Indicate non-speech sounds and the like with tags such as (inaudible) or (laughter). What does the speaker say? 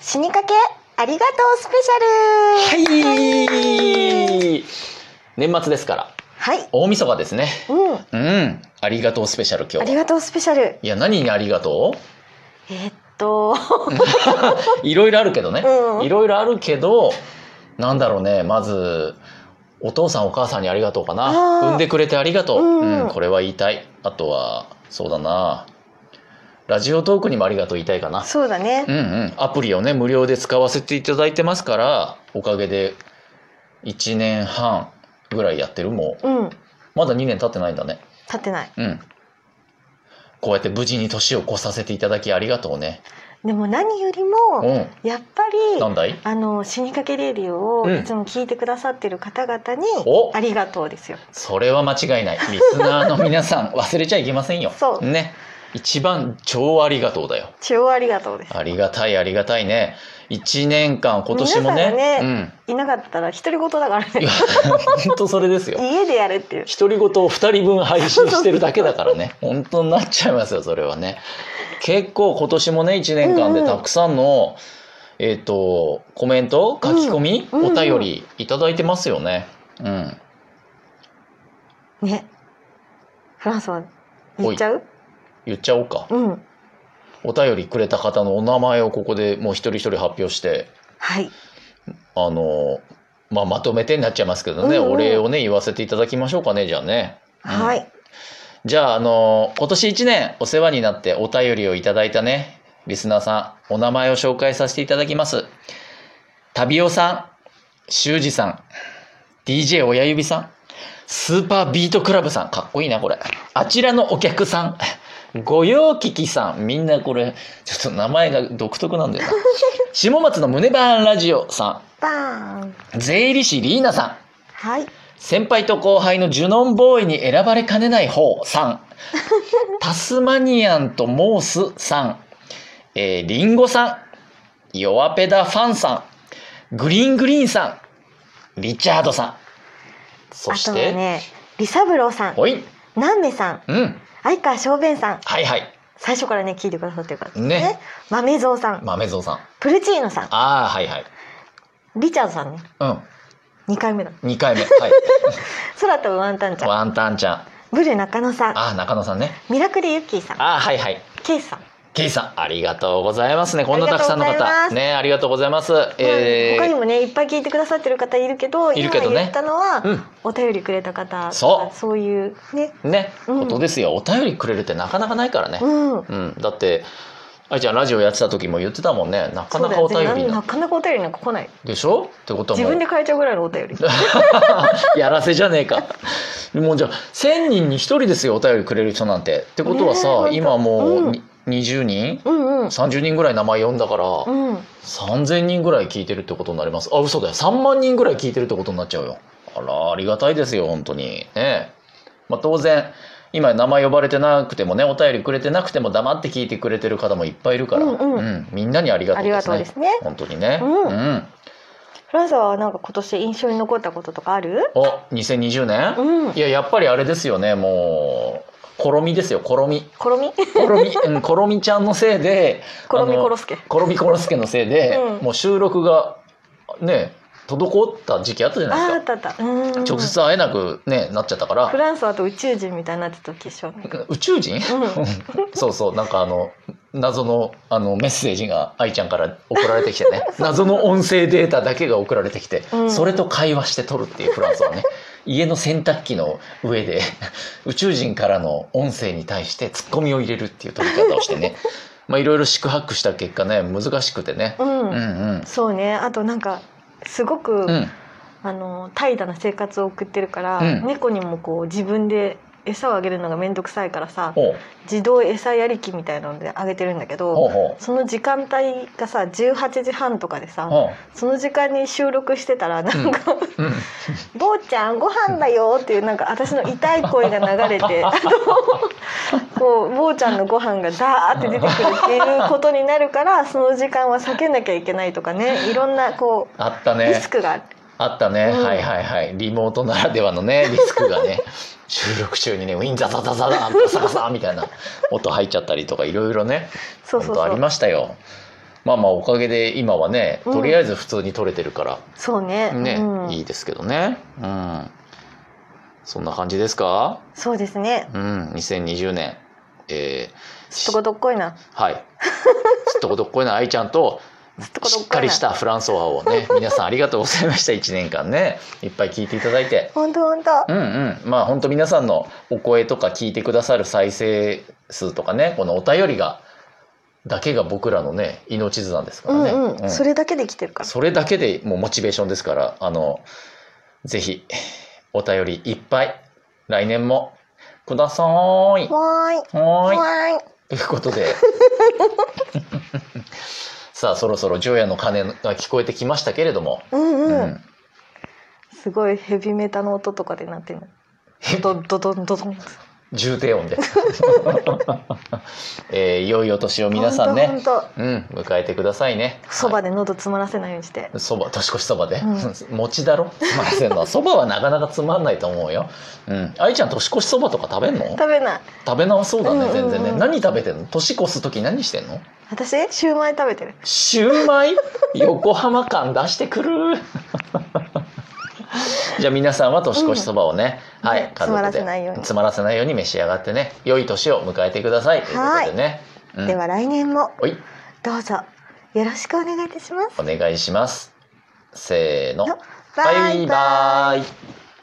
死にかけありがとうスペはシャルい年末ですからはい大晦日ですねうんうんありがとうスペシャル今あ日りはがとうスペシャルいや何にありがとえーっとういろいろあるけどね、うんいろいろあるけどなんだろうねまずお父さんお母さんにありがとうかあなー産んでくれてありがとう、うんこれは言いたいあとはそうだなラジオトークにもありがとう言いたいかなそうだねうんうん、アプリをね無料で使わせていただいてますからおかげで1年半ぐらいやってるもううん立まだ2年経ってないんだねってないうんこうやって無事に年を越させていただきありがとうねでも何よりうもんやっぱなんりだいあの死にかけレディオをうんいつも聞いてくださってる方々におありがとうですよそれは間違いないリスナーの皆さん忘れちゃいけませんよそうね一番超ありがとうだよ超ありがとうですありがたいありがたいね1年間今年もね皆さんがいなかったら独り言だからうんいやね本当それですよ家でやれっていう独り言を2人分配信してるだけだからね (laughs) 本当になっちゃいますよそれはね結構今年もね1年間うでんうんたくさんの、えっ、とコメント書き込み、うんうんうんお便りいただいてますよねうんねフランスは言っちゃう言っちゃおうかうんお便りくれた方のお名前をここでもう一人一人発表してはいあのまあ、まとめてになっちゃいますけどね、うんうんお礼をね言わせていただきましょうかねじゃあねうんはいじゃあ、あの、今年1年お世話になってお便りをいただいたね、リスナーさん、お名前を紹介させていただきます。タビオさん、修二さん、DJ 親指さん、スーパービートクラブさん、かっこいいな、これ。あちらのお客さん、御用聞きさん、みんなこれ、ちょっと名前が独特なんだよな。下松の胸バーンラジオさバーンん、税理士リーナさん、はい先輩と後輩のジュノンボーイに選ばれかねない方 (laughs) さんタスマニアンとモースさん、えー、リンゴさん弱ペダファンさんグリーングリーンさんリチャードさんそしあとはて、ねリサブローさんおい、南目さんうん、相川小便さんはいはい最初からね聞いてくださってるからね豆蔵さん豆蔵さんプルチーノさんああはいはいリチャードさんねう2回目だん2回 (laughs) 目はい空飛ぶワンタンちゃんワンタンちゃんブル中野さんああ中野さんねミラクルユッキーさんああはいはいケイスさん、ケイさんありがとうございますねこんなたくさんのありがとうございま方すねありがとうございます、まあ他にもねいっぱい聞いてくださってる方いるけどいるけどね今言ったのは、うんお便りくれた方とかそうそういうねね、うんことですよお便りくれるってなかなかないからね、うんうんだって愛ちゃんラジオやってた時も言ってたもんねなかなかおそうだよ便りなななかなかお便りなんか来ないでしょってことは自も分でう変えちゃうぐらいのお便りやらせじゃねえかもうじゃあ1,000人に1人ですよお便りくれる人なんてってことはねえほんさ、と今もううんに20人うんうん30人ぐらい名前呼んだから、うん3,000人ぐらい聞いてるってことになりますあ嘘だよ3万人ぐらい聞いてるってことになっちゃうよあらありがたいですよ本当にねえまあ、当然今名前呼ばれてなくてもねお便りくれてなくても黙って聞いてくれてる方もいっぱいいるから、うんうんみんなにありがとあうりでがすとうねですね本当にね、うんうんフランスはなんか今年印象に残ったこととかあるお2020年、うんいややっぱりあれですよねもう転みですよ転みコロ (laughs) ミ転み、うん、転みちゃんのせいでコロミあのコロスケコロミコロスケのせいで、うんもう収録がね滞った時期あったじゃないああっですたあったうんか直接会えなく、ね、なっちゃったかフらランスはあと宇宙人みたいになってた時でしょ宇 (laughs) 宙人、うそうそうなんかあの謎のあのメッセージが愛ちゃんから送られて (laughs) きてね謎の音声データだけが送られてきて、うんそれと会話して撮るっていうフランスはね家の洗濯機の上で (laughs) 宇宙人からの音声に対してツッコミを入れるっていう撮り方をして (laughs) ねまあいろいろ四苦八苦した結果ね難しくてね、うん、うんうんそうねあとなんかすごく、うん、あの怠惰な生活を送ってるから、うん猫にもこう自分で餌をあげるのが面倒くさいからさほう自動餌やり機みたいなのであげてるんだけほうどほうその時間帯がさ18時半とかでさほその時間に収録してたらなんか、う、うん、坊ちゃんご飯だよっていうなんか私の痛い声が流れ (laughs) てあのこう坊ちゃんのご飯がダーって出てくるっていうことになるからその時間は避けなきゃいけないとか (laughs) ねいろんなこあったうリねスクがある。あったね、うんはいはいはいリモートならでは (laughs) のねリスクがね収録中にねウィンザザザザザンザサザサみたいな音入っちゃったりとかいろいろねそうそう本当そありうましたよまあまあおかげで今はねうんとりあえず普通に取れてるかそうねらね、うんいいですけどねうんそんな感じですかそうですねうん2020年えーどこどっこいな (laughs) はいすっとこどっこいな愛ちゃんとすっとこどっこいなしっかりしたフランソワをね皆さんありがとうございました1年間ねいっぱい聞いていただいて本当本当うんうんまあ本当皆さんのお声とか聞いてくださる再生数とかねこのお便りがだけが僕らのね命綱ですかうらね、んううんんそれだけで来てるからそれだけでもうモチベーションですからあのぜひお便りいっぱい来年もくださーい。わーいはーいわーいということ (laughs) でさあそろそろ除夜の鐘が聞こえてきましたけれども、うんうんんすごいヘビメタの音とかでなってるドドンドドンドドン重 (laughs) 低音で、えー、いよいよ年を皆さんほね、とほんとうん、迎えてくださいねそばで喉詰まらせないようにしてそば年越しそばで、う餅だろつまらせるのはそばはなかなかつまんないと思うよ、うん、愛ちゃん年越しそばとか食べんの食べない食べなそうだね全然ね、うんうんうん何食べてんの年越す時何してんの私シューマイ食べてるシューマイ横浜感出して (laughs) くるじゃあ皆さんは年越しそばをね、うんはい、ねつまらせないようにつまらせないように召し上がってね良い年を迎えてくださいということでね、うんでは来年もおいどうぞよろしくお願いいたしますお願いしますせーのバイバイバイバイ